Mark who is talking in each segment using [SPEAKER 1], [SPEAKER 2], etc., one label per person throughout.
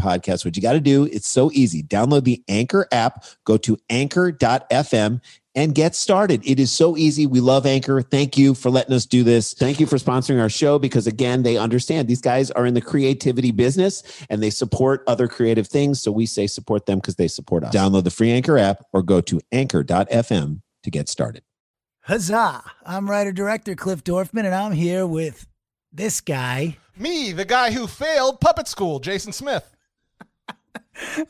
[SPEAKER 1] podcast. What you got to do, it's so easy. Download the Anchor app, go to anchor.fm and get started. It is so easy. We love Anchor. Thank you for letting us do this.
[SPEAKER 2] Thank you for sponsoring our show because, again, they understand these guys are in the creativity business and they support other creative things. So we say support them because they support us.
[SPEAKER 1] Download the free Anchor app or go to anchor.fm to get started.
[SPEAKER 3] Huzzah! I'm writer director Cliff Dorfman, and I'm here with this guy.
[SPEAKER 4] Me, the guy who failed puppet school, Jason Smith.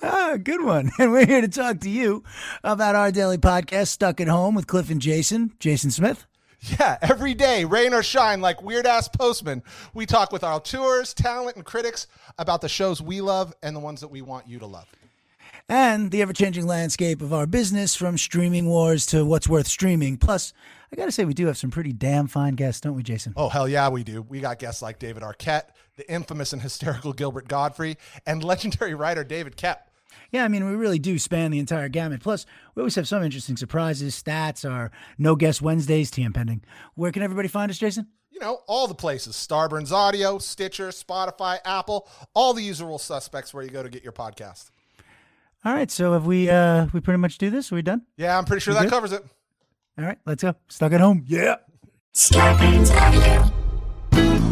[SPEAKER 3] Ah, good one. And we're here to talk to you about our daily podcast, Stuck at Home with Cliff and Jason. Jason Smith.
[SPEAKER 4] Yeah, every day, rain or shine, like weird ass postman, we talk with our tours, talent, and critics about the shows we love and the ones that we want you to love.
[SPEAKER 3] and the ever changing landscape of our business from streaming wars to what's worth streaming. Plus, I got to say, we do have some pretty damn fine guests, don't we, Jason?
[SPEAKER 4] Oh, hell yeah, we do. We got guests like David Arquette, the infamous and hysterical Gilbert Godfrey, and legendary writer David Kep.
[SPEAKER 3] Yeah, I mean, we really do span the entire gamut. Plus, we always have some interesting surprises, stats, our No Guess Wednesdays, TM Pending. Where can everybody find us, Jason?
[SPEAKER 4] You know, all the places Starburns Audio, Stitcher, Spotify, Apple, all the usual suspects where you go to get your podcast.
[SPEAKER 3] All right, so have we uh we pretty much do this? Are we done?
[SPEAKER 4] Yeah, I'm pretty sure that
[SPEAKER 3] good?
[SPEAKER 4] covers it.
[SPEAKER 3] All right, let's go. Stuck at home. Yeah.
[SPEAKER 5] Starburns Audio.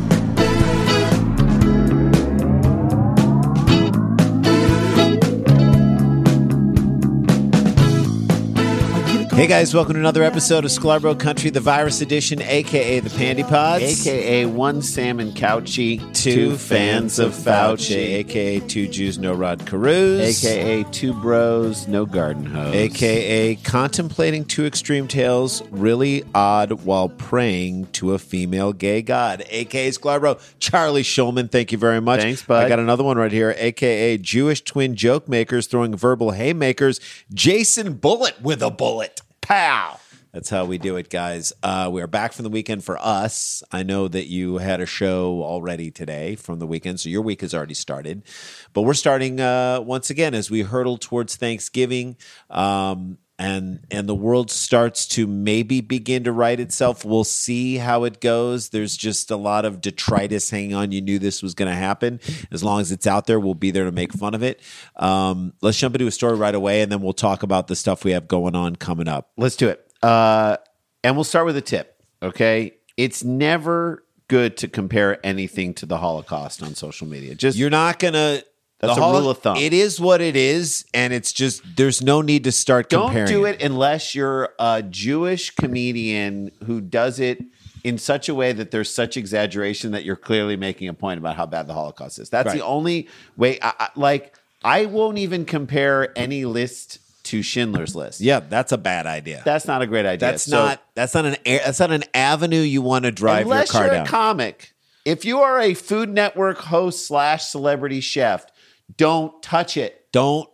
[SPEAKER 1] Hey guys, welcome to another episode of Scarborough Country, the virus edition, aka the Pandy Pods.
[SPEAKER 2] AKA one salmon couchy,
[SPEAKER 1] two fans of Fauci, aka two Jews, no Rod Carews,
[SPEAKER 2] AKA two bros, no garden hose.
[SPEAKER 1] aka contemplating two extreme tales really odd while praying to a female gay god, aka Scarborough Charlie Schulman. Thank you very much.
[SPEAKER 2] Thanks, bud.
[SPEAKER 1] I got another one right here, aka Jewish twin joke makers throwing verbal haymakers. Jason Bullet with a bullet. Pow. That's how we do it, guys. Uh, we are back from the weekend for us. I know that you had a show already today from the weekend, so your week has already started. But we're starting uh, once again as we hurtle towards Thanksgiving, um, and and the world starts to maybe begin to right itself. We'll see how it goes. There's just a lot of detritus hanging on. You knew this was going to happen. As long as it's out there, we'll be there to make fun of it. Um, let's jump into a story right away, and then we'll talk about the stuff we have going on coming up.
[SPEAKER 2] Let's do it. Uh, and we'll start with a tip. Okay. It's never good to compare anything to the Holocaust on social media. Just
[SPEAKER 1] You're not gonna.
[SPEAKER 2] That's
[SPEAKER 1] the
[SPEAKER 2] a rule of thumb.
[SPEAKER 1] It is what it is, and it's just there's no need to start
[SPEAKER 2] don't
[SPEAKER 1] comparing.
[SPEAKER 2] do it unless you're a Jewish comedian who does it in such a way that there's such exaggeration that you're clearly making a point about how bad the Holocaust is. That's
[SPEAKER 1] Right.
[SPEAKER 2] the only way. I, I, like, I won't even compare any list to Schindler's List.
[SPEAKER 1] Yeah, that's a bad idea.
[SPEAKER 2] That's not a great idea.
[SPEAKER 1] that's
[SPEAKER 2] So-
[SPEAKER 1] not that's not an a- that's not an avenue you want to drive your
[SPEAKER 2] unless
[SPEAKER 1] car
[SPEAKER 2] you're
[SPEAKER 1] down.
[SPEAKER 2] a comic if you are a food network host slash celebrity chef don't touch it
[SPEAKER 1] don't.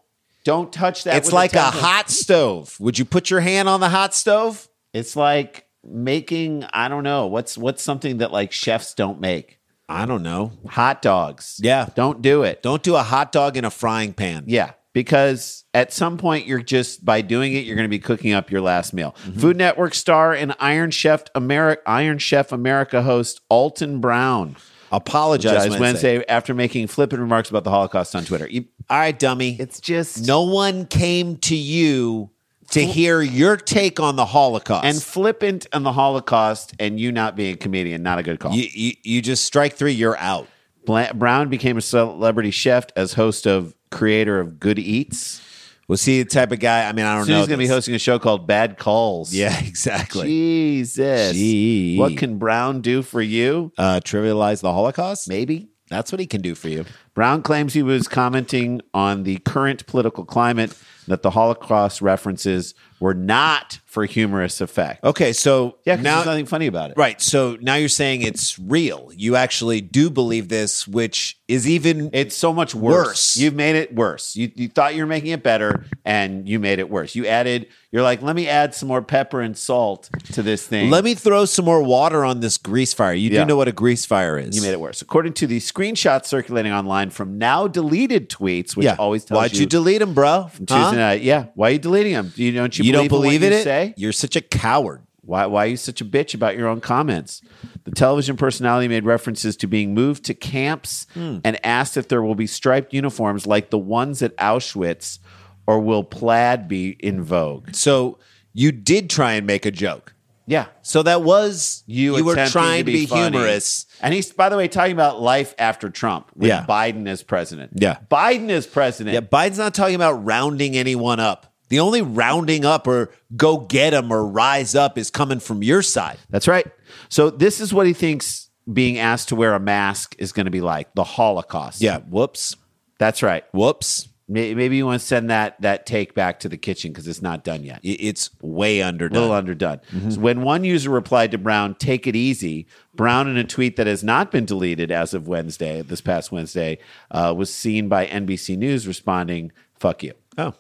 [SPEAKER 2] don't touch that
[SPEAKER 1] It's
[SPEAKER 2] with
[SPEAKER 1] like a
[SPEAKER 2] template.
[SPEAKER 1] hot stove. Would you put your hand on the hot stove?
[SPEAKER 2] it's like making I don't know what's what's something that like chefs don't make.
[SPEAKER 1] I don't know.
[SPEAKER 2] Hot dogs.
[SPEAKER 1] Yeah.
[SPEAKER 2] Don't do it.
[SPEAKER 1] Don't do a hot dog in a frying pan.
[SPEAKER 2] Yeah, because at some point you're just by doing it, you're going to be cooking up your last meal.
[SPEAKER 1] Mm-hmm.
[SPEAKER 2] Food Network star and Iron Chef America, Iron Chef America host Alton Brown
[SPEAKER 1] Apologize
[SPEAKER 2] apologized Wednesday. after making flippant remarks about the Holocaust on Twitter. You-
[SPEAKER 1] All right, dummy.
[SPEAKER 2] It's just
[SPEAKER 1] no one came to you to hear your take on the Holocaust.
[SPEAKER 2] and flippant and the Holocaust, and you not being a comedian, not a good call.
[SPEAKER 1] you, you, you just strike three, you're out.
[SPEAKER 2] Bla- Brown became a celebrity chef as host of creator of Good Eats.
[SPEAKER 1] Was he the type of guy? I mean, I don't
[SPEAKER 2] Soon
[SPEAKER 1] know.
[SPEAKER 2] he's going to be
[SPEAKER 1] this.
[SPEAKER 2] hosting a show called Bad Calls.
[SPEAKER 1] Yeah, exactly.
[SPEAKER 2] Jesus.
[SPEAKER 1] Gee.
[SPEAKER 2] What can Brown do for you?
[SPEAKER 1] Uh, trivialize the Holocaust?
[SPEAKER 2] Maybe.
[SPEAKER 1] That's what he can do for you.
[SPEAKER 2] Brown claims he was commenting on the current political climate that the Holocaust references were not for humorous effect.
[SPEAKER 1] Okay, so
[SPEAKER 2] Yeah, 'cause
[SPEAKER 1] now,
[SPEAKER 2] there's nothing funny about it.
[SPEAKER 1] right. So now you're saying it's real. You actually do believe this, which is even
[SPEAKER 2] It's so much worse.
[SPEAKER 1] Worse.
[SPEAKER 2] You've made it worse. You, you thought you were making it better, and you made it worse. You added, you're like, let me add some more pepper and salt to this thing.
[SPEAKER 1] Let me throw some more water on this grease fire. You
[SPEAKER 2] Yeah.
[SPEAKER 1] do know what a grease fire is.
[SPEAKER 2] You made it worse. According to the screenshots circulating online from now deleted tweets, which
[SPEAKER 1] yeah.
[SPEAKER 2] always tells
[SPEAKER 1] Why'd you,
[SPEAKER 2] you
[SPEAKER 1] delete him, bro?
[SPEAKER 2] Tuesday
[SPEAKER 1] Huh?
[SPEAKER 2] night, yeah. Why are you deleting them? You don't you,
[SPEAKER 1] You don't
[SPEAKER 2] believe
[SPEAKER 1] believe
[SPEAKER 2] in
[SPEAKER 1] in
[SPEAKER 2] what you
[SPEAKER 1] it?
[SPEAKER 2] Say
[SPEAKER 1] You're such a coward.
[SPEAKER 2] why? Why are you such a bitch about your own comments? The television personality made references to being moved to camps
[SPEAKER 1] Hmm.
[SPEAKER 2] and asked if there will be striped uniforms like the ones at Auschwitz, or will plaid be in vogue?
[SPEAKER 1] So you did try and make a joke.
[SPEAKER 2] Yeah.
[SPEAKER 1] So that was
[SPEAKER 2] You,
[SPEAKER 1] you were
[SPEAKER 2] attempting
[SPEAKER 1] trying
[SPEAKER 2] to be, funny.
[SPEAKER 1] humorous.
[SPEAKER 2] and he's by the way talking about life after Trump with
[SPEAKER 1] Yeah.
[SPEAKER 2] Biden as president.
[SPEAKER 1] Yeah.
[SPEAKER 2] Biden as president.
[SPEAKER 1] Yeah, Biden's not talking about rounding anyone up. The only rounding up or go get them or rise up is coming from your side.
[SPEAKER 2] That's right. So this is what he thinks being asked to wear a mask is going to be like the Holocaust.
[SPEAKER 1] Yeah, whoops.
[SPEAKER 2] that's right.
[SPEAKER 1] Whoops.
[SPEAKER 2] May- Maybe you want to send that that take back to the kitchen because it's not done yet.
[SPEAKER 1] I- It's way
[SPEAKER 2] A little
[SPEAKER 1] underdone.
[SPEAKER 2] underdone.
[SPEAKER 1] Mm-hmm.
[SPEAKER 2] So when one user replied to Brown, "Take it easy," Brown in a tweet that has not been deleted as of Wednesday, this past Wednesday, uh, was seen by NBC News responding, "Fuck you."
[SPEAKER 1] Oh,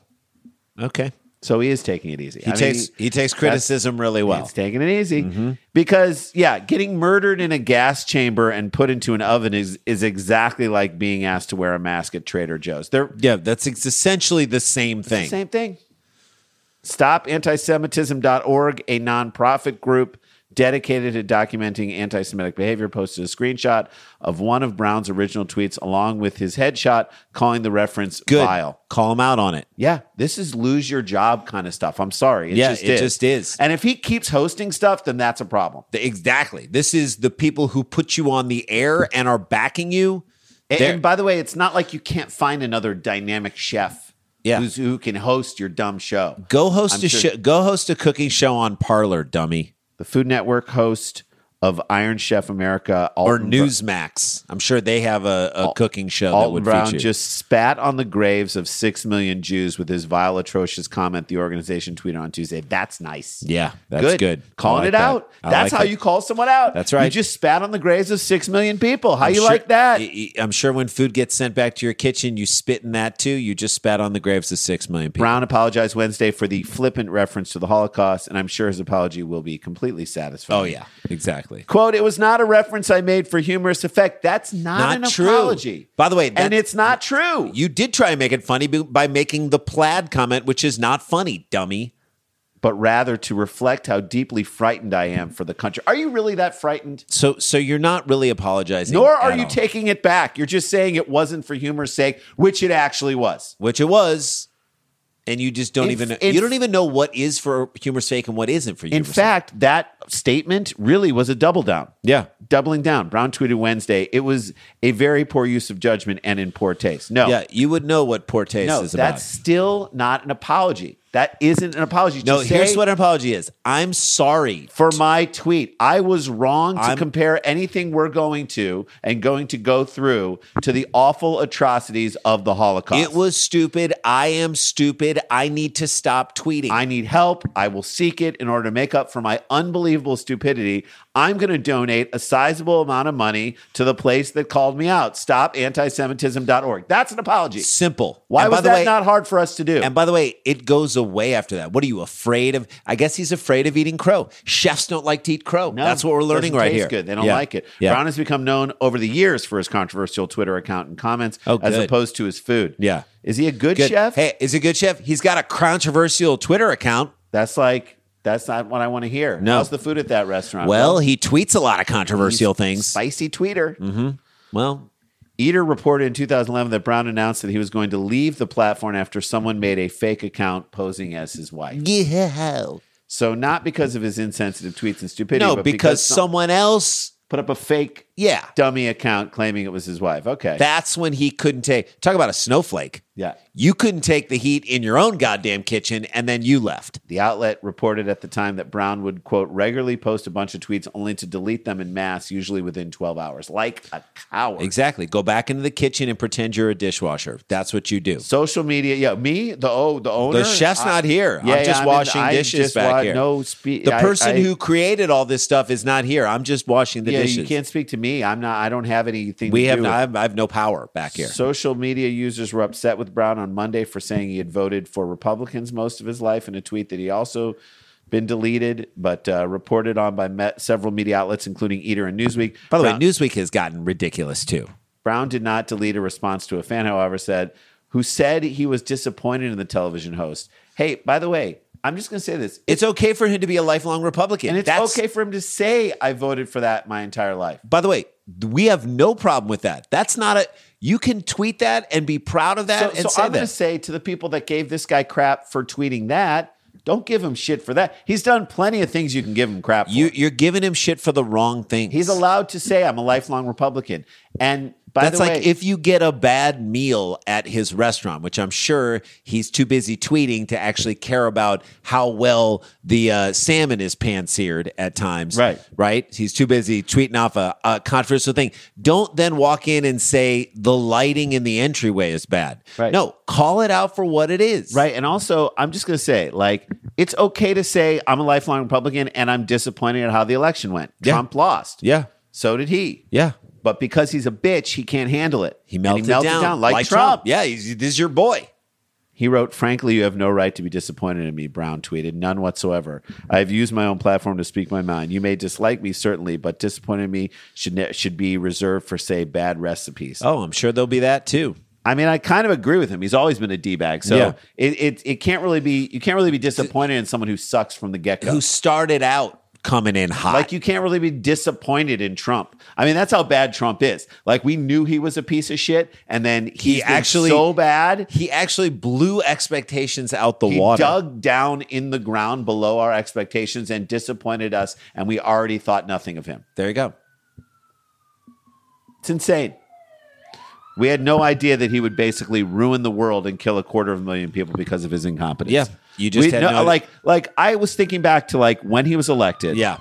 [SPEAKER 1] okay.
[SPEAKER 2] So he is taking it easy.
[SPEAKER 1] He takes he takes criticism really well. Mm-hmm.
[SPEAKER 2] It's taking it easy because, yeah, getting murdered in a gas chamber and put into an oven is is exactly like being asked to wear a mask at Trader Joe's. They're
[SPEAKER 1] Yeah, that's it's essentially the same thing.
[SPEAKER 2] the same thing. StopAntisemitism.org, a nonprofit group dedicated to documenting anti Semitic behavior, posted a screenshot of one of Brown's original tweets along with his headshot, calling the reference
[SPEAKER 1] Good.
[SPEAKER 2] vile.
[SPEAKER 1] Call him out on it.
[SPEAKER 2] Yeah, this is lose your job kind of stuff. I'm sorry. It
[SPEAKER 1] Yeah,
[SPEAKER 2] just
[SPEAKER 1] it
[SPEAKER 2] is.
[SPEAKER 1] just is.
[SPEAKER 2] And if he keeps hosting stuff, then that's a problem.
[SPEAKER 1] The- Exactly. This is the people who put you on the air and are backing you.
[SPEAKER 2] And,
[SPEAKER 1] They're-
[SPEAKER 2] and by the way, it's not like you can't find another dynamic chef
[SPEAKER 1] Yeah.
[SPEAKER 2] who's, who can host your dumb show.
[SPEAKER 1] go host
[SPEAKER 2] I'm
[SPEAKER 1] a
[SPEAKER 2] sure-
[SPEAKER 1] show, go host a cooking show on Parlor, dummy,
[SPEAKER 2] The Food Network host of Iron Chef America,
[SPEAKER 1] or
[SPEAKER 2] Alton Bro-
[SPEAKER 1] Newsmax. I'm sure they have a, a cooking show that
[SPEAKER 2] Alton
[SPEAKER 1] would
[SPEAKER 2] Brown
[SPEAKER 1] feature. you.
[SPEAKER 2] just spat on the graves of six million Jews with his vile, atrocious comment. The organization tweeted on Tuesday. That's nice.
[SPEAKER 1] yeah, that's good. I
[SPEAKER 2] Calling
[SPEAKER 1] like
[SPEAKER 2] it
[SPEAKER 1] that.
[SPEAKER 2] out.
[SPEAKER 1] I like
[SPEAKER 2] That's how
[SPEAKER 1] that.
[SPEAKER 2] you call someone out.
[SPEAKER 1] That's right.
[SPEAKER 2] You just spat on the graves of six million people. How
[SPEAKER 1] I'm
[SPEAKER 2] you
[SPEAKER 1] sure-
[SPEAKER 2] like that?
[SPEAKER 1] I- I- I'm sure when food gets sent back to your kitchen, you spit in that too. You just spat on the graves of six million people.
[SPEAKER 2] Brown apologized Wednesday for the flippant reference to the Holocaust, and I'm sure his apology will be completely satisfying.
[SPEAKER 1] Oh yeah, exactly.
[SPEAKER 2] Quote, it was not a reference I made for humorous effect. That's not,
[SPEAKER 1] Not
[SPEAKER 2] an
[SPEAKER 1] true.
[SPEAKER 2] apology.
[SPEAKER 1] By the way,
[SPEAKER 2] and
[SPEAKER 1] that-
[SPEAKER 2] it's not true.
[SPEAKER 1] You did try and make it funny b- by making the plaid comment, which is not funny, dummy.
[SPEAKER 2] but rather to reflect how deeply frightened I am for the country. Are you really that frightened?
[SPEAKER 1] So, so you're not really apologizing.
[SPEAKER 2] Nor are
[SPEAKER 1] at
[SPEAKER 2] you
[SPEAKER 1] all.
[SPEAKER 2] taking it back. You're just saying it wasn't for humor's sake, which it actually was.
[SPEAKER 1] which it was, and you just don't
[SPEAKER 2] In-
[SPEAKER 1] even
[SPEAKER 2] in-
[SPEAKER 1] you don't even know what is for humor's sake and what isn't for
[SPEAKER 2] In
[SPEAKER 1] humor's sake.
[SPEAKER 2] fact, that statement really was a double down.
[SPEAKER 1] Yeah.
[SPEAKER 2] Doubling down. Brown tweeted Wednesday, it was a very poor use of judgment and in poor taste. No.
[SPEAKER 1] yeah, you would know what poor taste
[SPEAKER 2] No,
[SPEAKER 1] is about.
[SPEAKER 2] that's still not an apology. That isn't an apology. To
[SPEAKER 1] no, here's
[SPEAKER 2] say-
[SPEAKER 1] what an apology is. I'm sorry.
[SPEAKER 2] for my tweet. I was wrong to
[SPEAKER 1] I'm-
[SPEAKER 2] compare anything we're going to and going to go through to the awful atrocities of the Holocaust.
[SPEAKER 1] It was stupid. I am stupid. I need to stop tweeting.
[SPEAKER 2] I need help. I will seek it in order to make up for my unbelievable stupidity. I'm going to donate a sizable amount of money to the place that called me out. Stop antisemitism.org. That's an apology.
[SPEAKER 1] Simple.
[SPEAKER 2] Why
[SPEAKER 1] And by
[SPEAKER 2] was
[SPEAKER 1] the
[SPEAKER 2] that
[SPEAKER 1] way-
[SPEAKER 2] not hard for us to do?
[SPEAKER 1] And by the way, it goes a way after that? What are you afraid of? I guess he's afraid of eating crow. Chefs don't like to eat crow. That's what we're learning
[SPEAKER 2] doesn't
[SPEAKER 1] right
[SPEAKER 2] taste
[SPEAKER 1] here.
[SPEAKER 2] Good. They don't
[SPEAKER 1] Yeah.
[SPEAKER 2] like it.
[SPEAKER 1] Yeah.
[SPEAKER 2] Brown has become known over the years for his controversial Twitter account and comments,
[SPEAKER 1] Oh,
[SPEAKER 2] as
[SPEAKER 1] good.
[SPEAKER 2] opposed to his food.
[SPEAKER 1] Yeah.
[SPEAKER 2] Is he a good,
[SPEAKER 1] Good.
[SPEAKER 2] chef?
[SPEAKER 1] Hey, is he a good chef? He's got a controversial Twitter account.
[SPEAKER 2] That's like that's not what I want to hear.
[SPEAKER 1] No.
[SPEAKER 2] How's the food at that restaurant?
[SPEAKER 1] Well, he tweets a lot of controversial things. Mm-hmm.
[SPEAKER 2] spicy tweeter.
[SPEAKER 1] Well,
[SPEAKER 2] Eater reported in 2011 that Brown announced that he was going to leave the platform after someone made a fake account posing as his wife.
[SPEAKER 1] yeah.
[SPEAKER 2] So not because of his insensitive tweets and stupidity,
[SPEAKER 1] No,
[SPEAKER 2] but
[SPEAKER 1] because,
[SPEAKER 2] some
[SPEAKER 1] someone else.
[SPEAKER 2] put up a fake
[SPEAKER 1] Yeah.
[SPEAKER 2] dummy account claiming it was his wife. Okay.
[SPEAKER 1] That's when he couldn't take. Talk about a snowflake.
[SPEAKER 2] yeah.
[SPEAKER 1] You couldn't take the heat in your own goddamn kitchen, and then you left.
[SPEAKER 2] The outlet reported at the time that Brown would, quote, regularly post a bunch of tweets only to delete them in mass, usually within 12 hours, like a coward.
[SPEAKER 1] Exactly. Go back into the kitchen and pretend you're a dishwasher. That's what you do.
[SPEAKER 2] Social media, yeah, me, the oh, the owner,
[SPEAKER 1] chef's
[SPEAKER 2] I-
[SPEAKER 1] not here. I'm just
[SPEAKER 2] in-
[SPEAKER 1] washing
[SPEAKER 2] I
[SPEAKER 1] dishes back here.
[SPEAKER 2] No, speak.
[SPEAKER 1] the person who created all this stuff is not here. I'm just washing the
[SPEAKER 2] yeah,
[SPEAKER 1] dishes.
[SPEAKER 2] you can't speak to me. I'm not. I don't have anything.
[SPEAKER 1] we
[SPEAKER 2] to
[SPEAKER 1] have
[SPEAKER 2] do
[SPEAKER 1] no, I
[SPEAKER 2] with-
[SPEAKER 1] have, I have no power back here.
[SPEAKER 2] Social media users were upset with Brown on Monday for saying he had voted for Republicans most of his life in a tweet that he also been deleted, but uh, reported on by met several media outlets, including Eater and Newsweek.
[SPEAKER 1] By the way,
[SPEAKER 2] Brown-
[SPEAKER 1] Newsweek has gotten ridiculous too.
[SPEAKER 2] Brown did not delete a response to a fan, however, said who said he was disappointed in the television host. Hey, by the way, I'm just going to say this.
[SPEAKER 1] It's okay for him to be a lifelong Republican.
[SPEAKER 2] And it's
[SPEAKER 1] That's-
[SPEAKER 2] okay for him to say I voted for that my entire life.
[SPEAKER 1] By the way, we have no problem with that. That's not a. You can tweet that and be proud of
[SPEAKER 2] So,
[SPEAKER 1] that and
[SPEAKER 2] so
[SPEAKER 1] say
[SPEAKER 2] I'm going to
[SPEAKER 1] that.
[SPEAKER 2] say to the people that gave this guy crap for tweeting that, don't give him shit for that. He's done plenty of things you can give him crap for.
[SPEAKER 1] You, you're giving him shit for the wrong thing.
[SPEAKER 2] He's allowed to say I'm a lifelong Republican. And by
[SPEAKER 1] That's
[SPEAKER 2] the way,
[SPEAKER 1] like if you get a bad meal at his restaurant, which I'm sure he's too busy tweeting to actually care about how well the uh, salmon is pan seared at times.
[SPEAKER 2] Right.
[SPEAKER 1] Right. He's too busy tweeting off a, a controversial thing. Don't then walk in and say the lighting in the entryway is bad.
[SPEAKER 2] Right.
[SPEAKER 1] No, call it out for what it is.
[SPEAKER 2] Right. And also, I'm just going to say, like, it's okay to say I'm a lifelong Republican and I'm disappointed at how the election went.
[SPEAKER 1] Yeah.
[SPEAKER 2] Trump lost.
[SPEAKER 1] Yeah.
[SPEAKER 2] So did he.
[SPEAKER 1] Yeah.
[SPEAKER 2] But because he's a bitch, he can't handle it.
[SPEAKER 1] He
[SPEAKER 2] And
[SPEAKER 1] melted, down,
[SPEAKER 2] like, Trump.
[SPEAKER 1] Yeah. He's, this is your boy.
[SPEAKER 2] He wrote, Frankly, you have no right to be disappointed in me, Brown tweeted. None whatsoever. I have used my own platform to speak my mind. You may dislike me, certainly, but disappointing me should, ne- should be reserved for, say, bad recipes.
[SPEAKER 1] Oh, I'm sure there'll be that too.
[SPEAKER 2] I mean, I kind of agree with him. He's always been a D bag. So
[SPEAKER 1] Yeah.
[SPEAKER 2] it, it, it can't really be, you can't really be disappointed in someone who sucks from the get go.
[SPEAKER 1] Who started out coming in hot.
[SPEAKER 2] Like you can't really be disappointed in Trump. I mean, that's how bad Trump is. Like we knew he was a piece of shit, and then he actually
[SPEAKER 1] actually-
[SPEAKER 2] so bad.
[SPEAKER 1] He actually blew expectations out the
[SPEAKER 2] He
[SPEAKER 1] water.
[SPEAKER 2] dug down in the ground below our expectations and disappointed us, and we already thought nothing of him.
[SPEAKER 1] There you go.
[SPEAKER 2] It's insane. We had no idea that he would basically ruin the world and kill a quarter of a million people because of his incompetence.
[SPEAKER 1] Yeah, you just
[SPEAKER 2] We-
[SPEAKER 1] had no-
[SPEAKER 2] like like I was thinking back to like when he was elected.
[SPEAKER 1] Yeah.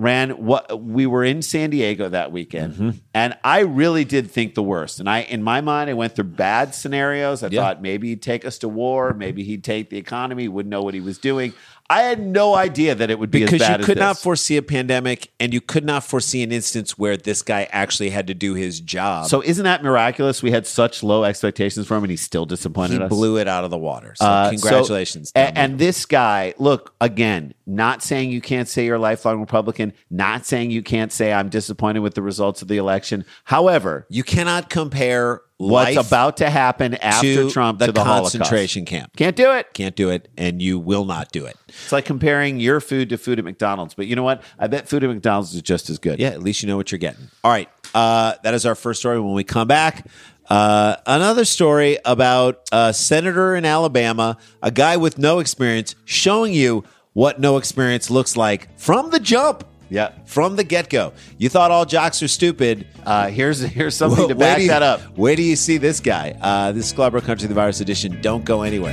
[SPEAKER 2] ran what we were in San Diego that weekend
[SPEAKER 1] Mm-hmm.
[SPEAKER 2] and I really did think the worst and I in my mind I went through bad scenarios I
[SPEAKER 1] Yeah.
[SPEAKER 2] thought maybe he'd take us to war maybe he'd take the economy wouldn't know what he was doing I had no idea that it would be as
[SPEAKER 1] Because you
[SPEAKER 2] bad as
[SPEAKER 1] could not
[SPEAKER 2] this.
[SPEAKER 1] foresee a pandemic and you could not foresee an instance where this guy actually had to do his job.
[SPEAKER 2] so isn't that miraculous we had such low expectations for him and he still disappointed
[SPEAKER 1] he
[SPEAKER 2] us
[SPEAKER 1] blew it out of the water. So
[SPEAKER 2] Uh, so-
[SPEAKER 1] congratulations.
[SPEAKER 2] a-
[SPEAKER 1] Tom.
[SPEAKER 2] and, this guy, look, again, not saying you can't say you're a lifelong Republican, not saying you can't say I'm disappointed with the results of the election. However,
[SPEAKER 1] you cannot compare
[SPEAKER 2] what's
[SPEAKER 1] life
[SPEAKER 2] about to happen after
[SPEAKER 1] to
[SPEAKER 2] Trump
[SPEAKER 1] the
[SPEAKER 2] to the
[SPEAKER 1] concentration
[SPEAKER 2] Holocaust.
[SPEAKER 1] camp.
[SPEAKER 2] Can't do it.
[SPEAKER 1] Can't do it, and you will not do it.
[SPEAKER 2] It's like comparing your food to food at McDonald's. But you know what? I bet food at McDonald's is just as good.
[SPEAKER 1] Yeah, at least you know what you're getting. All right. Uh, that is our first story. When we come back, uh, another story about a senator in Alabama, a guy with no experience, showing you what no experience looks like from the jump.
[SPEAKER 2] Yeah.
[SPEAKER 1] From the get go. You thought all jocks are stupid.
[SPEAKER 2] Uh, here's here's something to
[SPEAKER 1] Where
[SPEAKER 2] back
[SPEAKER 1] do you-
[SPEAKER 2] that up.
[SPEAKER 1] Where do you see this guy? Uh, this is Globber Country, the virus edition. Don't go anywhere.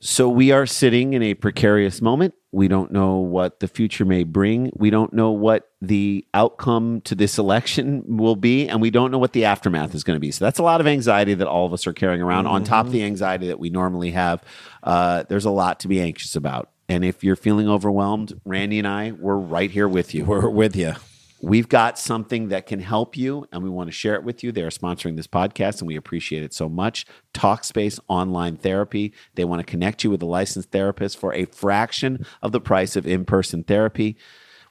[SPEAKER 2] So we are sitting in a precarious moment. We don't know what the future may bring. We don't know what the outcome to this election will be, and we don't know what the aftermath is going to be. So that's a lot of anxiety that all of
[SPEAKER 1] Mm-hmm.
[SPEAKER 2] us are carrying around. On top of the anxiety that we normally have, uh, there's a lot to be anxious about. And if you're feeling overwhelmed, Randy and I, we're right here with you.
[SPEAKER 1] We're with you.
[SPEAKER 2] We've got something that can help you, and we want to share it with you. They are sponsoring this podcast, and we appreciate it so much. TalkSpace Online Therapy. They want to connect you with a licensed therapist for a fraction of the price of in person therapy.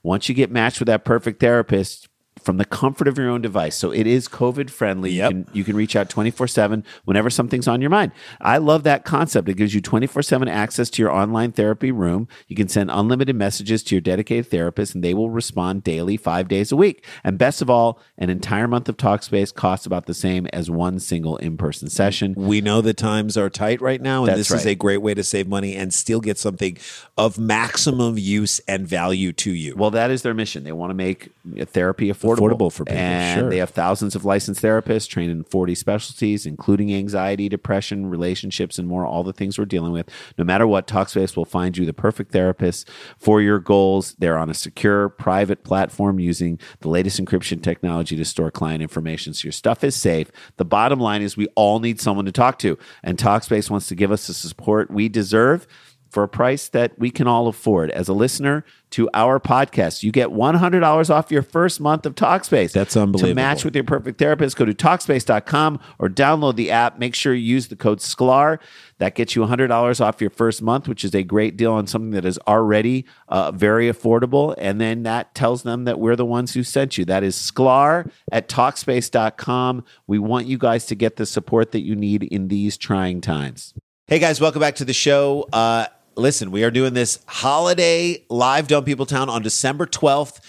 [SPEAKER 2] Once you get matched with that perfect therapist, from the comfort of your own device. So it is COVID friendly.
[SPEAKER 1] Yep.
[SPEAKER 2] You, can, you can reach out 24 7 whenever something's on your mind. I love that concept. It gives you 24 7 access to your online therapy room. You can send unlimited messages to your dedicated therapist, and they will respond daily, five days a week. And best of all, an entire month of TalkSpace costs about the same as one single in person session.
[SPEAKER 1] We know the times are tight right now, and
[SPEAKER 2] That's
[SPEAKER 1] this is
[SPEAKER 2] right.
[SPEAKER 1] a great way to save money and still get something of maximum use and value to you.
[SPEAKER 2] Well, that is their mission. They want to make therapy affordable,
[SPEAKER 1] Affordable for people,
[SPEAKER 2] And
[SPEAKER 1] sure.
[SPEAKER 2] they have thousands of licensed therapists trained in 40 specialties, including anxiety, depression, relationships, and more, all the things we're dealing with. No matter what, Talkspace will find you the perfect therapist for your goals. They're on a secure, private platform using the latest encryption technology to store client information so your stuff is safe. The bottom line is we all need someone to talk to, and Talkspace wants to give us the support we deserve for a price that we can all afford. As a listener to our podcast, you get $100 off your first month of Talkspace.
[SPEAKER 1] That's unbelievable.
[SPEAKER 2] To match with your perfect therapist, go to Talkspace.com or download the app. Make sure you use the code SCLAR. That gets you $100 off your first month, which is a great deal on something that is already uh, very affordable. And then that tells them that we're the ones who sent you. That is SCLAR at Talkspace.com. We want you guys to get the support that you need in these trying times.
[SPEAKER 1] Hey guys, welcome back to the show. Uh, listen, we are doing this holiday live Dumb People Town on December 12th.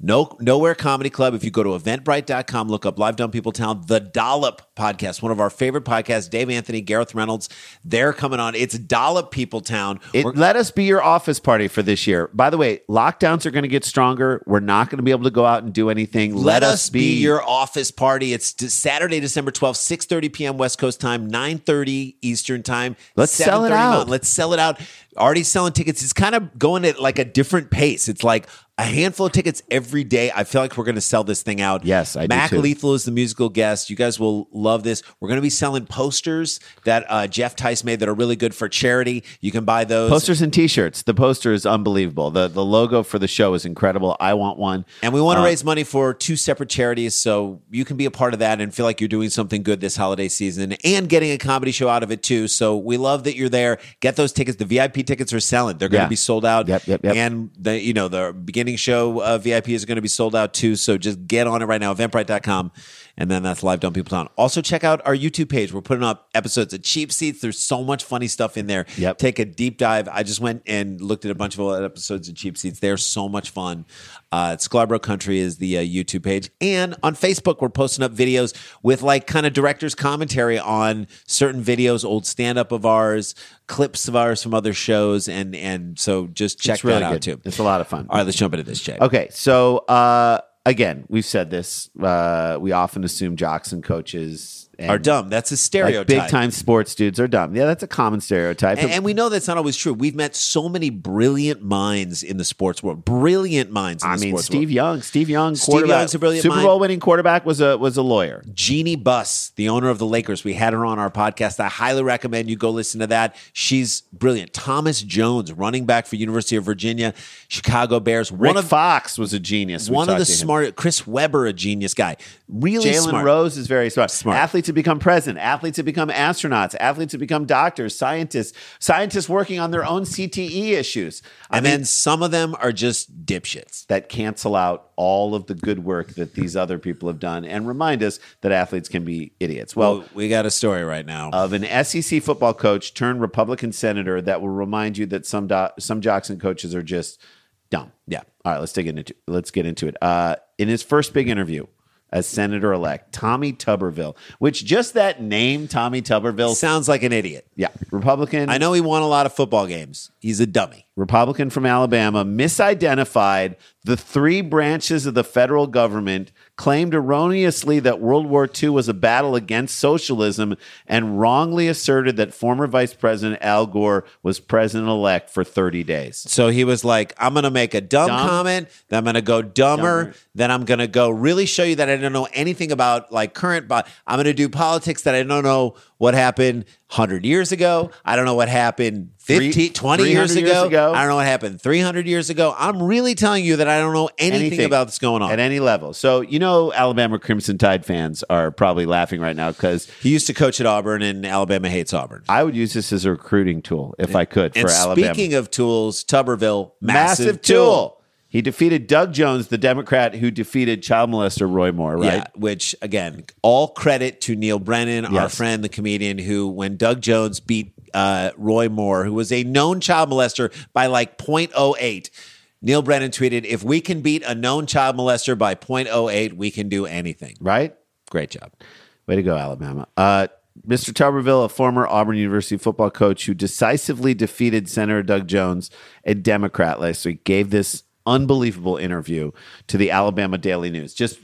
[SPEAKER 1] No, Nowhere Comedy Club. If you go to eventbrite.com, look up Live Dumb People Town, The Dollop Podcast, one of our favorite podcasts, Dave Anthony, Gareth Reynolds. They're coming on. It's Dollop People Town.
[SPEAKER 2] It,
[SPEAKER 1] We're-
[SPEAKER 2] let us be your office party for this year. By the way, lockdowns are going to get stronger. We're not going to be able to go out and do anything.
[SPEAKER 1] Let, us be, your office party. It's de- Saturday, December 12th, 6.30 p.m. West Coast time, 9.30 Eastern time.
[SPEAKER 2] Let's sell it
[SPEAKER 1] 7:30
[SPEAKER 2] out.
[SPEAKER 1] Mountain. Let's sell it out. Already selling tickets. It's kind of going at like a different pace. It's like a handful of tickets every day. I feel like we're going to sell this thing out.
[SPEAKER 2] Yes, I do
[SPEAKER 1] Mac
[SPEAKER 2] too.
[SPEAKER 1] Lethal is the musical guest. You guys will love this. We're going to be selling posters that uh, Jeff Tice made that are really good for charity. You can buy those.
[SPEAKER 2] posters and T-shirts. The poster is unbelievable. the The logo for the show is incredible. I want one.
[SPEAKER 1] And we want to
[SPEAKER 2] Uh,
[SPEAKER 1] raise money for two separate charities, so you can be a part of that and feel like you're doing something good this holiday season and getting a comedy show out of it too. So we love that you're there. Get those tickets. The VIP tickets are selling. They're going to
[SPEAKER 2] Yeah.
[SPEAKER 1] be sold out.
[SPEAKER 2] Yep, yep, yep.
[SPEAKER 1] And the you know the beginning show uh, VIP is going to be sold out too. So just get on it right now. Eventbrite.com, and then that's live dumb people town. Also check out our YouTube page. We're putting up episodes of cheap seats. There's so much funny stuff in there.
[SPEAKER 2] Yep.
[SPEAKER 1] Take a deep dive. I just went and looked at a bunch of old episodes of Cheap Seats. They're so much fun. Uh, Scarborough Country is the uh, YouTube page, and on Facebook we're posting up videos with like kind of directors' commentary on certain videos, old stand-up of ours, clips of ours from other shows, and and so just check
[SPEAKER 2] it's really
[SPEAKER 1] that out
[SPEAKER 2] good.
[SPEAKER 1] too.
[SPEAKER 2] It's a lot of fun.
[SPEAKER 1] All right, let's jump into this, Jay.
[SPEAKER 2] Okay, so uh, again, we've said this. Uh, we often assume jocks and coaches and
[SPEAKER 1] Are dumb. That's a
[SPEAKER 2] Like
[SPEAKER 1] stereotype.
[SPEAKER 2] big time sports dudes are dumb. Yeah, that's a common stereotype.
[SPEAKER 1] And, and we know that's not always true. We've met so many brilliant minds in the sports world. Brilliant minds. In
[SPEAKER 2] I
[SPEAKER 1] the
[SPEAKER 2] mean,
[SPEAKER 1] sports
[SPEAKER 2] Steve
[SPEAKER 1] world.
[SPEAKER 2] Young. Steve Young,
[SPEAKER 1] Steve
[SPEAKER 2] quarterback,
[SPEAKER 1] Young's a brilliant
[SPEAKER 2] Super
[SPEAKER 1] mind.
[SPEAKER 2] Bowl winning quarterback, was a was a lawyer.
[SPEAKER 1] Jeannie Buss, the owner of the Lakers. We had her on our podcast. I highly recommend you go listen to that. She's brilliant. Thomas Jones, running back for University of Virginia, Chicago Bears.
[SPEAKER 2] Rick
[SPEAKER 1] one of
[SPEAKER 2] Fox was a genius. We
[SPEAKER 1] one of
[SPEAKER 2] talked
[SPEAKER 1] the
[SPEAKER 2] to him.
[SPEAKER 1] smart Chris Webber, a genius guy. Really
[SPEAKER 2] Jalen
[SPEAKER 1] smart.
[SPEAKER 2] Rose is very smart.
[SPEAKER 1] Smart.
[SPEAKER 2] Athletes who become president, athletes who become astronauts, athletes who become doctors, scientists, scientists working on their own CTE issues. I
[SPEAKER 1] And
[SPEAKER 2] mean,
[SPEAKER 1] then some of them are just dipshits.
[SPEAKER 2] that cancel out all of the good work that these other people have done and remind us that athletes can be idiots. Well,
[SPEAKER 1] Well, we got a story right now.
[SPEAKER 2] of an SEC football coach turned Republican senator that will remind you that some do- some jocks and coaches are just dumb.
[SPEAKER 1] Yeah.
[SPEAKER 2] All right, let's dig into let's get into it. Uh, in his first big interview as senator elect, Tommy Tuberville, which just that name, Tommy Tuberville,
[SPEAKER 1] Sounds like an idiot.
[SPEAKER 2] yeah, Republican.
[SPEAKER 1] I know he won a lot of football games. He's a dummy.
[SPEAKER 2] Republican from Alabama, misidentified the three branches of the federal government, claimed erroneously that World War II was a battle against socialism, and wrongly asserted that former Vice President Al Gore was president elect for 30 days.
[SPEAKER 1] So he was like, I'm going to make a dumb,
[SPEAKER 2] Dumb.
[SPEAKER 1] comment, then I'm going to go dumber,
[SPEAKER 2] Dumber.
[SPEAKER 1] then I'm going to go really show you that I don't know anything about like current, but I'm going to do politics that I don't know what happened 100 years ago. I don't know what happened
[SPEAKER 2] Three-
[SPEAKER 1] 15, 20 years
[SPEAKER 2] 300 years
[SPEAKER 1] ago.
[SPEAKER 2] ago.
[SPEAKER 1] I don't know what happened 300 years ago. I'm really telling you that I don't know anything, about what's going on.
[SPEAKER 2] at any level. So you know, Alabama Crimson Tide fans are probably laughing right now because
[SPEAKER 1] he used to coach at Auburn, and Alabama hates Auburn.
[SPEAKER 2] I would use this as a recruiting tool if I could for
[SPEAKER 1] and
[SPEAKER 2] Alabama.
[SPEAKER 1] speaking of tools, Tuberville, massive,
[SPEAKER 2] massive,
[SPEAKER 1] tool.
[SPEAKER 2] tool. He defeated Doug Jones, the Democrat who defeated child molester Roy Moore. Right?
[SPEAKER 1] Yeah, which again, all credit to Neil Brennan, our
[SPEAKER 2] Yes.
[SPEAKER 1] friend, the comedian, who when Doug Jones beat uh, Roy Moore, who was a known child molester by like 0.08, Neil Brennan tweeted, "If we can beat a known child molester by 0.08, we can do anything."
[SPEAKER 2] Right?
[SPEAKER 1] Great job.
[SPEAKER 2] Way to go, Alabama. Uh, Mr. Tuberville, a former Auburn University football coach who decisively defeated Senator Doug Jones, a Democrat last week, gave this unbelievable interview to the Alabama Daily News. Just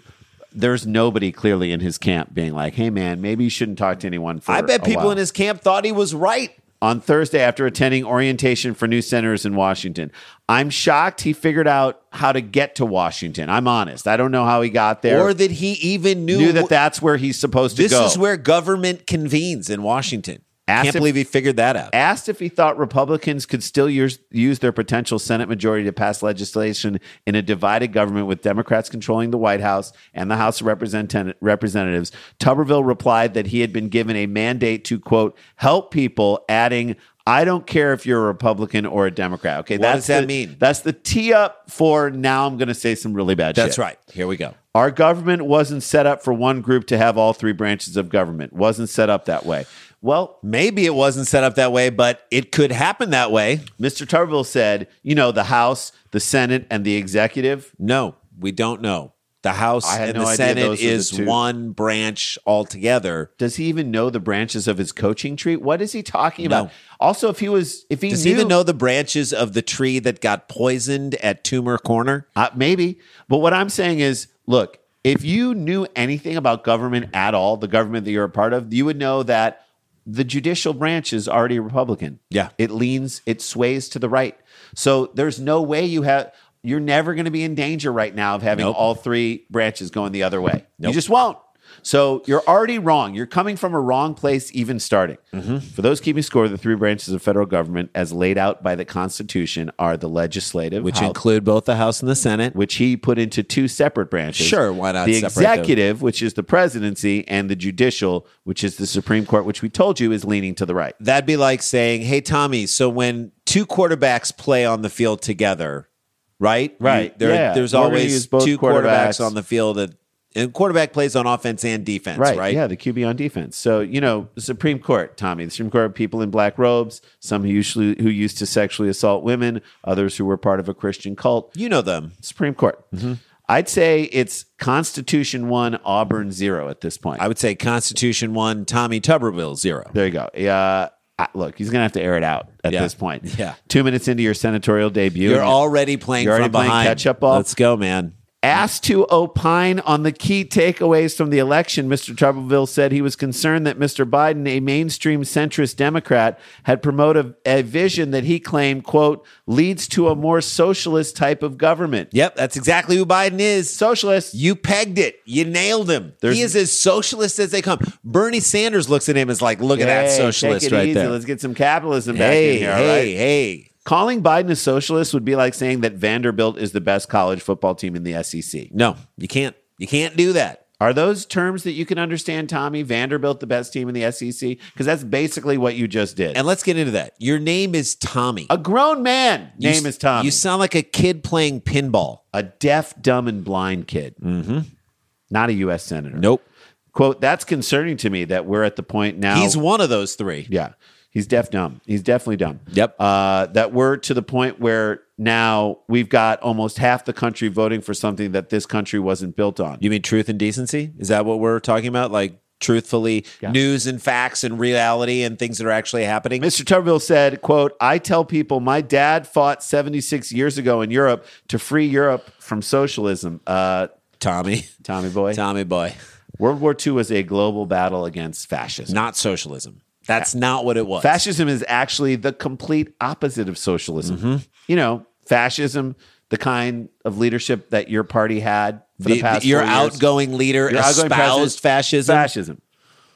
[SPEAKER 2] there's nobody clearly in his camp being like, "Hey, man, maybe you shouldn't talk to anyone." For
[SPEAKER 1] I bet
[SPEAKER 2] a
[SPEAKER 1] people
[SPEAKER 2] while."
[SPEAKER 1] in his camp thought he was right.
[SPEAKER 2] on Thursday after attending orientation for new senators in Washington. I'm shocked he figured out how to get to Washington. I'm honest. I don't know how he got there.
[SPEAKER 1] Or that he even knew,
[SPEAKER 2] knew that that's where he's supposed to
[SPEAKER 1] this
[SPEAKER 2] go.
[SPEAKER 1] is where government convenes in Washington.
[SPEAKER 2] Asked
[SPEAKER 1] Can't
[SPEAKER 2] if-
[SPEAKER 1] believe he figured that out.
[SPEAKER 2] asked if he thought Republicans could still use, use their potential Senate majority to pass legislation in a divided government with Democrats controlling the White House and the House of Representan- Representatives. Tuberville replied that he had been given a mandate to, quote, help people, adding, I don't care if you're a Republican or a Democrat. Okay,
[SPEAKER 1] What does that
[SPEAKER 2] the-
[SPEAKER 1] mean?
[SPEAKER 2] That's the tee up for now I'm going to say some really bad shit.
[SPEAKER 1] That's right. Here we go.
[SPEAKER 2] Our government wasn't set up for one group to have all three branches of government. Wasn't set up that way. Well,
[SPEAKER 1] Maybe it wasn't set up that way, but it could happen that way.
[SPEAKER 2] Mr. Tuberville said, you know, the House, the Senate, and the executive.
[SPEAKER 1] No, we don't know. The House
[SPEAKER 2] I had
[SPEAKER 1] and
[SPEAKER 2] no
[SPEAKER 1] the
[SPEAKER 2] idea
[SPEAKER 1] Senate
[SPEAKER 2] those were the
[SPEAKER 1] is
[SPEAKER 2] two.
[SPEAKER 1] one branch altogether.
[SPEAKER 2] Does he even know the branches of his coaching tree? What is he talking
[SPEAKER 1] No.
[SPEAKER 2] about? Also, if he was, if he
[SPEAKER 1] Does
[SPEAKER 2] knew,
[SPEAKER 1] he even know the branches of the tree that got poisoned at Tumor Corner?
[SPEAKER 2] Uh, maybe. But what I'm saying is, look, if you knew anything about government at all, the government that you're a part of, you would know that the judicial branch is already Republican.
[SPEAKER 1] Yeah.
[SPEAKER 2] It leans, it sways to the right. So there's no way you have, you're never going to be in danger right now of having
[SPEAKER 1] Nope.
[SPEAKER 2] all three branches going the other way. You just won't. So you're already wrong. You're coming from a wrong place, even starting.
[SPEAKER 1] Mm-hmm.
[SPEAKER 2] For those keeping score, the three branches of federal government, as laid out by the Constitution, are the legislative,
[SPEAKER 1] Which
[SPEAKER 2] House-
[SPEAKER 1] include both the House and the Senate.
[SPEAKER 2] which he put into two separate branches.
[SPEAKER 1] Sure, why not
[SPEAKER 2] The
[SPEAKER 1] separate them?
[SPEAKER 2] executive, which is the presidency, and the judicial, which is the Supreme Court, which we told you is leaning to the right.
[SPEAKER 1] That'd be like saying, hey, Tommy, so when two quarterbacks play on the field together, right? You-
[SPEAKER 2] Right,
[SPEAKER 1] there-
[SPEAKER 2] yeah.
[SPEAKER 1] There's
[SPEAKER 2] We're gonna
[SPEAKER 1] always
[SPEAKER 2] use both
[SPEAKER 1] two quarterbacks.
[SPEAKER 2] quarterbacks.
[SPEAKER 1] on the field. That, and quarterback plays on offense and defense, right?
[SPEAKER 2] Right, Yeah, the QB on defense. So, you know, the Supreme Court, Tommy, the Supreme Court of people in black robes, some who usually who used to sexually assault women, others who were part of a Christian cult.
[SPEAKER 1] You know them.
[SPEAKER 2] Supreme Court.
[SPEAKER 1] Mm-hmm.
[SPEAKER 2] I'd say it's Constitution 1, Auburn 0 at this point.
[SPEAKER 1] I would say Constitution 1, Tommy Tuberville, zero.
[SPEAKER 2] There you go. Yeah. I- Look, he's going to have to air it out at
[SPEAKER 1] Yeah.
[SPEAKER 2] this point.
[SPEAKER 1] Yeah.
[SPEAKER 2] Two minutes into your senatorial debut.
[SPEAKER 1] You're
[SPEAKER 2] and
[SPEAKER 1] already playing
[SPEAKER 2] You're
[SPEAKER 1] from
[SPEAKER 2] already playing
[SPEAKER 1] behind.
[SPEAKER 2] catch-up ball.
[SPEAKER 1] Let's go, man.
[SPEAKER 2] Asked to opine on the key takeaways from the election, Mr. Tuberville said he was concerned that Mr. Biden, a mainstream centrist Democrat, had promoted a vision that he claimed, quote, leads to a more socialist type of government.
[SPEAKER 1] Yep, that's exactly who Biden is.
[SPEAKER 2] Socialist.
[SPEAKER 1] you pegged it. You nailed him.
[SPEAKER 2] There's-
[SPEAKER 1] he is as socialist as they come. Bernie Sanders looks at him and is like, look at that
[SPEAKER 2] Hey,
[SPEAKER 1] socialist
[SPEAKER 2] take it
[SPEAKER 1] right
[SPEAKER 2] easy.
[SPEAKER 1] there.
[SPEAKER 2] Let's get some capitalism back
[SPEAKER 1] hey,
[SPEAKER 2] in here. all
[SPEAKER 1] hey,
[SPEAKER 2] right?
[SPEAKER 1] hey.
[SPEAKER 2] Calling Biden a socialist would be like saying that Vanderbilt is the best college football team in the SEC.
[SPEAKER 1] No, you can't. You can't do that.
[SPEAKER 2] Are those terms that you can understand, Tommy? Vanderbilt, the best team in the SEC? Because that's basically what you just did.
[SPEAKER 1] And let's get into that. Your name is Tommy.
[SPEAKER 2] a grown man.
[SPEAKER 1] You s-
[SPEAKER 2] name is Tommy.
[SPEAKER 1] You sound like a kid playing pinball.
[SPEAKER 2] a deaf, dumb, and blind kid. Mm-hmm. Not a U.S. senator.
[SPEAKER 1] Nope.
[SPEAKER 2] Quote, that's concerning to me that we're at the point now.
[SPEAKER 1] He's one of those three.
[SPEAKER 2] Yeah. He's deaf dumb. He's definitely dumb.
[SPEAKER 1] Yep.
[SPEAKER 2] Uh, that we're to the point where now we've got almost half the country voting for something that this country wasn't built on.
[SPEAKER 1] You mean truth and decency? Is that what we're talking about? Like truthfully, news and facts and reality and things that are actually happening?
[SPEAKER 2] Mr. Tuberville said, quote, I tell people my dad fought 76 years ago in Europe to free Europe from socialism. Uh,
[SPEAKER 1] Tommy.
[SPEAKER 2] Tommy boy.
[SPEAKER 1] Tommy boy.
[SPEAKER 2] World War II was a global battle against fascism.
[SPEAKER 1] Not socialism. That's not what it was.
[SPEAKER 2] fascism is actually the complete opposite of socialism.
[SPEAKER 1] Mm-hmm.
[SPEAKER 2] You know, fascism, the kind of leadership that your party had for the,
[SPEAKER 1] The-
[SPEAKER 2] past
[SPEAKER 1] your
[SPEAKER 2] four years.
[SPEAKER 1] outgoing leader
[SPEAKER 2] Your outgoing
[SPEAKER 1] espoused
[SPEAKER 2] president-
[SPEAKER 1] fascism.
[SPEAKER 2] Fascism.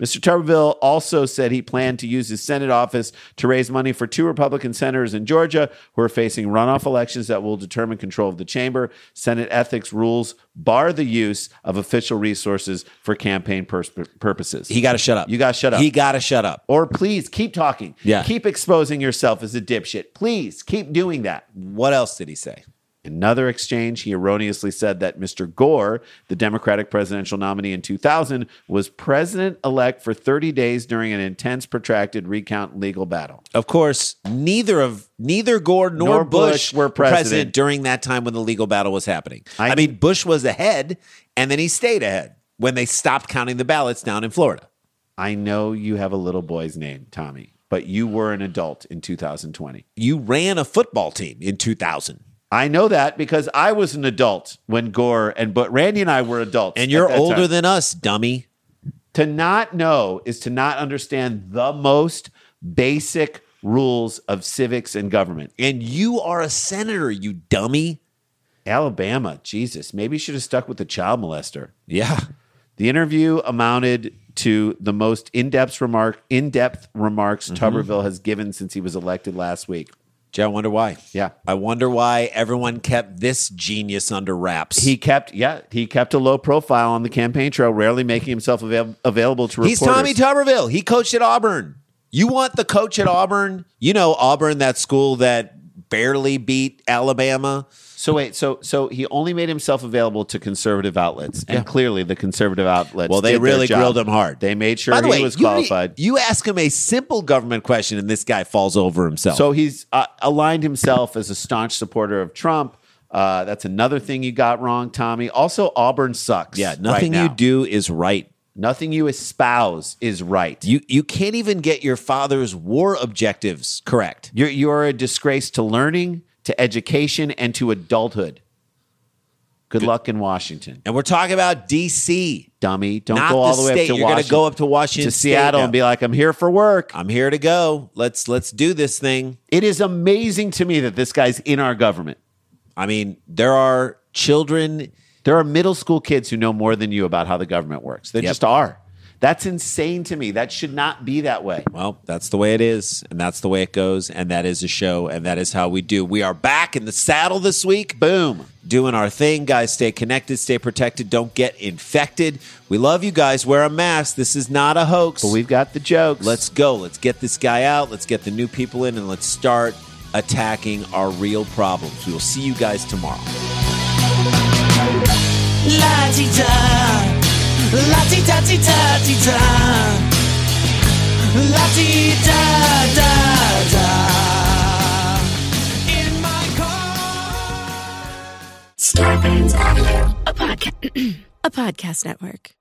[SPEAKER 2] Mr. Tuberville also said he planned to use his Senate office to raise money for two Republican senators in Georgia who are facing runoff elections that will determine control of the chamber. Senate ethics rules bar the use of official resources for campaign pers- purposes.
[SPEAKER 1] He got to shut up.
[SPEAKER 2] You got to shut up.
[SPEAKER 1] He got to shut up.
[SPEAKER 2] or please keep talking.
[SPEAKER 1] Yeah.
[SPEAKER 2] Keep exposing yourself as a dipshit. Please keep doing that.
[SPEAKER 1] What else did he say?
[SPEAKER 2] Another exchange, he erroneously said that Mr. Gore, the Democratic presidential nominee in 2000, was president elect for 30 days during an intense, protracted recount and legal battle.
[SPEAKER 1] Of course, neither of neither Gore nor,
[SPEAKER 2] Nor
[SPEAKER 1] Bush,
[SPEAKER 2] Bush were president.
[SPEAKER 1] during that time when the legal battle was happening. I,
[SPEAKER 2] I-
[SPEAKER 1] mean, Bush was ahead, and then he stayed ahead when they stopped counting the ballots down in Florida.
[SPEAKER 2] I know you have a little boy's name, Tommy, but you were an adult in 2020.
[SPEAKER 1] You ran a football team in 2000,
[SPEAKER 2] I know that because I was an adult when Gore and but Randy and I were adults.
[SPEAKER 1] and you're
[SPEAKER 2] at that
[SPEAKER 1] older
[SPEAKER 2] time.
[SPEAKER 1] than us, dummy.
[SPEAKER 2] To not know is to not understand the most basic rules of civics and government.
[SPEAKER 1] And you are a senator, you dummy.
[SPEAKER 2] Alabama, Jesus, maybe you should have stuck with the child molester.
[SPEAKER 1] Yeah,
[SPEAKER 2] The interview amounted to the most in-depth remark in-depth remarks
[SPEAKER 1] Mm-hmm.
[SPEAKER 2] Tuberville has given since he was elected last week.
[SPEAKER 1] Jay, I wonder why.
[SPEAKER 2] Yeah.
[SPEAKER 1] I wonder why everyone kept this genius under wraps.
[SPEAKER 2] He kept, yeah, he kept a low profile on the campaign trail, rarely making himself avail- available to reporters.
[SPEAKER 1] He's Tommy Tuberville. He coached at Auburn. You want the coach at Auburn? You know Auburn, that school that barely beat Alabama.
[SPEAKER 2] so wait, so so he only made himself available to conservative outlets, and clearly the conservative outlets.
[SPEAKER 1] Well, they
[SPEAKER 2] did their
[SPEAKER 1] really
[SPEAKER 2] job.
[SPEAKER 1] grilled him hard.
[SPEAKER 2] They made sure
[SPEAKER 1] By the
[SPEAKER 2] he
[SPEAKER 1] way,
[SPEAKER 2] was
[SPEAKER 1] you-
[SPEAKER 2] qualified.
[SPEAKER 1] You, ask him a simple government question, and this guy falls over himself.
[SPEAKER 2] So he's uh, aligned himself as a staunch supporter of Trump. Uh, that's another thing you got wrong, Tommy. Also, Auburn sucks.
[SPEAKER 1] yeah,
[SPEAKER 2] right
[SPEAKER 1] nothing you
[SPEAKER 2] now.
[SPEAKER 1] do is right.
[SPEAKER 2] nothing you espouse is right.
[SPEAKER 1] You you can't even get your father's war objectives correct.
[SPEAKER 2] You're, you're a disgrace to learning, to education, and to adulthood. Good, luck in Washington,
[SPEAKER 1] And we're talking about D.C.
[SPEAKER 2] dummy. Don't
[SPEAKER 1] Not
[SPEAKER 2] go all
[SPEAKER 1] the
[SPEAKER 2] the, way
[SPEAKER 1] state.
[SPEAKER 2] up to
[SPEAKER 1] You're gonna
[SPEAKER 2] Washington.
[SPEAKER 1] go up to Washington
[SPEAKER 2] to
[SPEAKER 1] State
[SPEAKER 2] Seattle,
[SPEAKER 1] now.
[SPEAKER 2] and be like, "I'm here for work."
[SPEAKER 1] I'm here to go. Let's let's do this thing.
[SPEAKER 2] It is amazing to me that this guy's in our government.
[SPEAKER 1] I mean, there are children
[SPEAKER 2] There are middle school kids who know more than you about how the government works. They
[SPEAKER 1] Yep.
[SPEAKER 2] just are. That's insane to me. That should not be that way.
[SPEAKER 1] Well, that's the way it is, and that's the way it goes, and that is a show, and that is how we do. We are back in the saddle this week. Boom. Doing our thing, guys. Stay connected, stay protected, don't get infected. We love you guys. Wear a mask. This is not a hoax.
[SPEAKER 2] But we've got the jokes.
[SPEAKER 1] let's go. Let's get this guy out. Let's get the new people in, and let's start attacking our real problems. We will see you guys tomorrow.
[SPEAKER 6] La-ti-ta, la-ti-ta-ti-ta-ti-ta, la-ti-da-da-da. In my car.
[SPEAKER 5] Scorpions Avenue. A podcast. a podcast network.